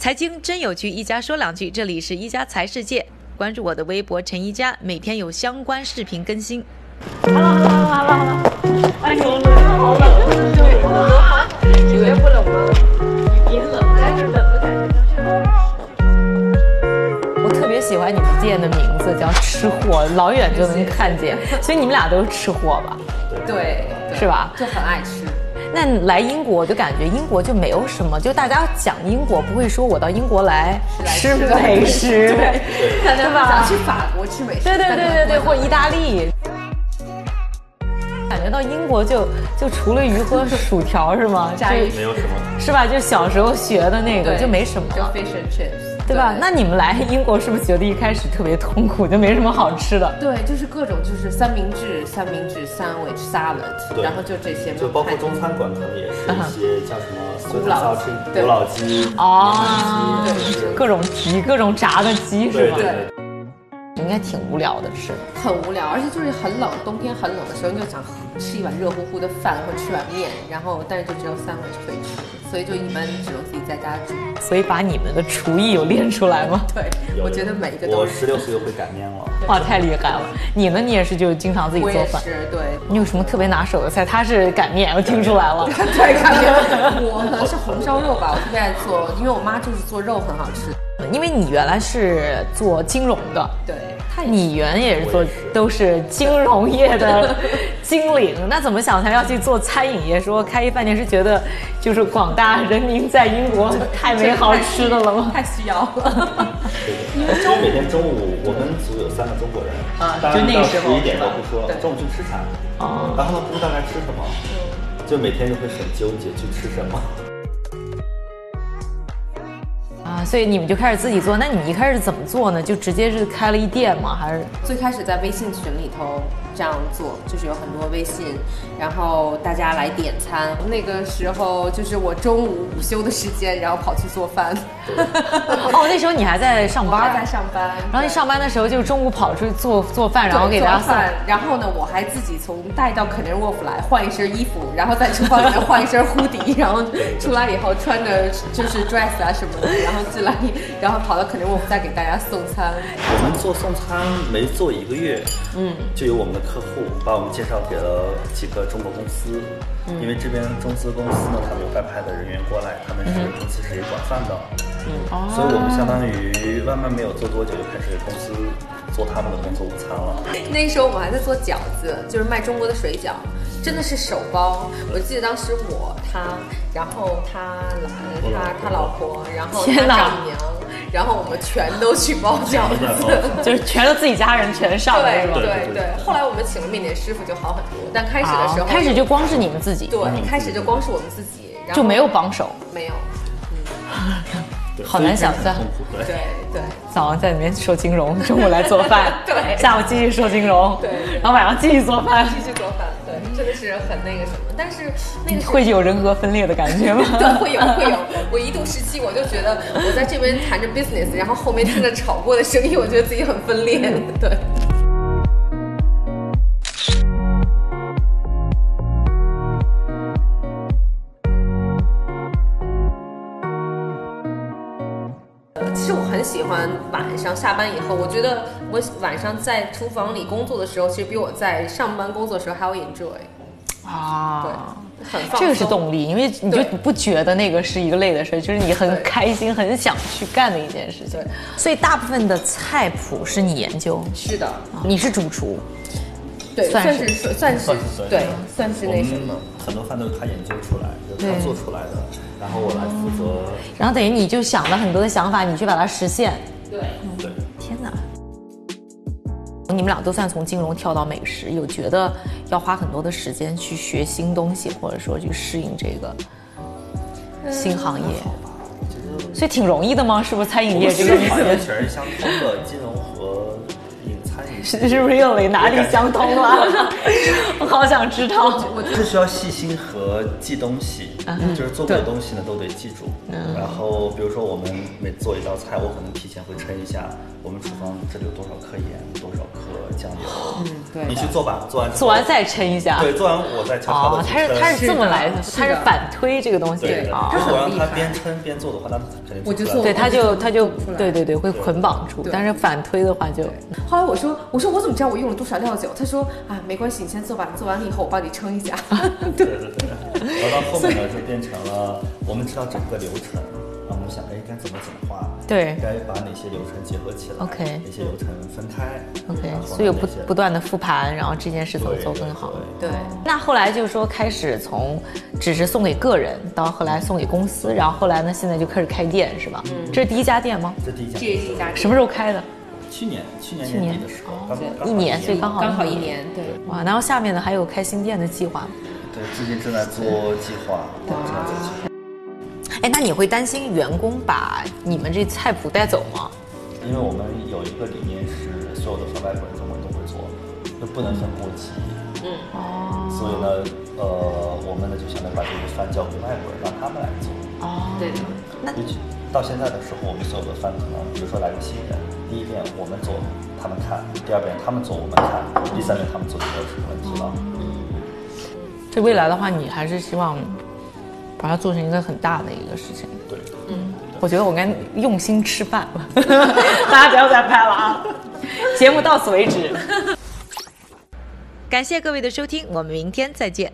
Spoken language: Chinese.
财经真有趣，一家说两句。这里是一家财世界，关注我的微博陈一家，每天有相关视频更新。哎呦，好冷，对，绝不冷吗？你冷，但是冷的感觉就是。我特别喜欢你们店的名字叫“吃货”，老远就能看见，所以你们俩都是吃货吧？对，是吧？就很爱吃。那你来英国，我就感觉英国就没有什么，就大家讲英国不会说我到英国来吃美食，可能吧想去法国吃美食，对对对对对，或或意大利。感觉到英国就就除了鱼和薯条是吗？炸鱼就是没有什么。是吧？就小时候学的那个对就没什么就了， fish and chips，对吧？那你们来英国是不是觉得一开始特别痛苦，就没什么好吃的？对，就是各种就是三明治、三明治、sandwich、salad，对然后就这些，就包括中餐馆，可能也是一些叫什么酸古菜嗯老烧鸡、对古老鸡、哦牛腩鸡，就是各种鸡，各种炸的鸡是对吗啊对？对，应该挺无聊的吃。很无聊，而且就是很冷，冬天很冷的时候，你就想吃一碗热乎乎的饭或吃碗面，然后但是就只有 sandwich 可以吃，所以就一般只能自己在家煮。所以把你们的厨艺有练出来吗？对，有我的觉得每一个都我是，十六岁就会擀面了， 哇，太厉害了！你呢？你也是就经常自己我做也饭。是， 对，你有什么特别拿手的菜？他是擀面，我听出来 了。对，感觉我可能是红烧肉吧，我特别爱做，因为我妈就是做肉很好吃。因为你原来是做金融的，对，你原来也是做我也是都是金融业 的金领，那怎么想才要去做餐饮业？说开一饭店是觉得就是广大人民在英 国太没好吃的了吗？太需要了。对的。而且我每天中午，我们组有三个中国人，啊当就然那到时十候一点都不说对中午去吃啥，哦然后呢不知道该吃什么，就每天就会很纠结去吃什么。啊，所以你们就开始自己做。那你们一开始怎么做呢？就直接是开了一店吗？还 是 最开始在微信群里头这样做，就是有很多微信，然后大家来点餐。那个时候就是我中午午休的时间，然后跑去做 饭，哦，那时候你还在上我还班在。上班，然后你上班的时候，就中午跑出去做做饭，对。然后给大家做送。饭，然后呢，我还自己从带到肯尼 r Wolf 来换一身衣服，然后在厨房里面换一身护底，然后出来以后穿着就是 dress 啊什么的，然后进来，然后跑到肯尼 r Wolf 再给大家送餐。我们做送餐没做一个月，嗯，就有我们的客户把我们介绍给了几个中国公司，嗯因为这边中资公司呢，他们有外派的人员过来，他们是嗯公司是管饭的，哦嗯，哦所以我们相当于慢慢没有做多久就开始公司做他们的工作午餐了。那时候我们还在做饺子，就是卖中国的水饺，真的是手包。我记得当时我他，然后他老他他老婆，然后他天哪丈母娘，然后我们全都去包饺都在包子。就是全是自己家人全上了，对是吧？对对，后来我们请了面点师傅就好很多，但开始的时候啊开始就光是你们自己，对，开始就光是我们自己，然后就没有帮手。没有，对好难想象所以这是很痛苦的。对对早上在里面说金融， 中午来做饭， 对下午继续说金融，对对然后晚上继续做饭，继续做饭，对，真的是很那个什么，但是那个时候？会有人格分裂的感觉吗 对， 会有会有。我一度时期我就觉得我在这边谈着 business，然后后面听着炒锅的声音，我觉得自己很分裂。嗯对，其实我很喜欢晚上下班以后，我觉得我晚上在厨房里工作的时候，其实比我在上班工作的时候还要 enjoy，对啊。，很放松。这个是动力，因为你就对不觉得那个是一个累的事儿，就是你很对开心、很想去干的一件事情对。所以大部分的菜谱是你研究，是的。你是主厨，对，算算是是算是算是算是对，算是我那们什么。很多饭都是他研究出来的，就是他做出来的，然后我来负责。然后等于你就想了很多的想法，你去把它实现。对，对，天哪！你们俩都算从金融跳到美食，有觉得要花很多的时间去学新东西，或者说去适应这个新行业，所以挺容易的吗？是不是餐饮业这个这意行业思？全是相通的，金融和饮餐饮是是 really 哪里相通了？我好想知道。这需要细心和记东西，嗯就是做过的东西呢都得记住。然后比如说我们每做一道菜，我可能提前会称一下我们厨房这里有多少克盐，多少克酱油。嗯，对你去做吧，做完之后哦做完再称一下。对，做完我再悄悄哦的，他是他是这么来的，是他的是反推这个东西对，啊。如很果让厉他害边称边做的话，那他肯定我就出来做了对，他就他就哦出来对对对，会捆绑住，对但是反推的话就后来我说，我说我怎么知道我用了多少料酒？他说啊，没关系，你先做吧，做完了以后我帮你称一下。 对对对， 然后到后面呢，就变成了我们知道整个流程，然后我们想，哎，该怎么简化？对该把哪些流程结合起来 OK 哪些流程分开 OK，然后所以不哪些不断的复盘，然后这件事怎么做更好。对对对，那后来就是说，开始从只是送给个人，到后来送给公司，然后后来呢，现在就开始开店，是吧？嗯这是第一家店吗？这第一家，这是一家什么时候开的？去年去年去年年底的时候，刚对刚好一年，所以刚好。好刚好一。年，对，哇，然后下面呢还有开新店的计划吗。对，最近正在做计划，正在做计划，哎，那你会担心员工把你们这菜谱带走吗？因为我们有一个理念是所有的和外国人中国人都会做，就不能分国籍。哦所以呢，呃，我们呢就想着把这个饭交给外国人，让他们来做。哦，对，那尤其到现在的时候，我们所有的饭可能，比如说来个新人，第一遍我们做，他们看；第二遍他们做，我们看；第三遍他们做，就没有什么问题了。这未来的话，你还是希望把它做成一个很大的一个事情。对，我觉得我该用心吃饭了， 大家不要再拍了啊！节目到此为止。感谢各位的收听，我们明天再见。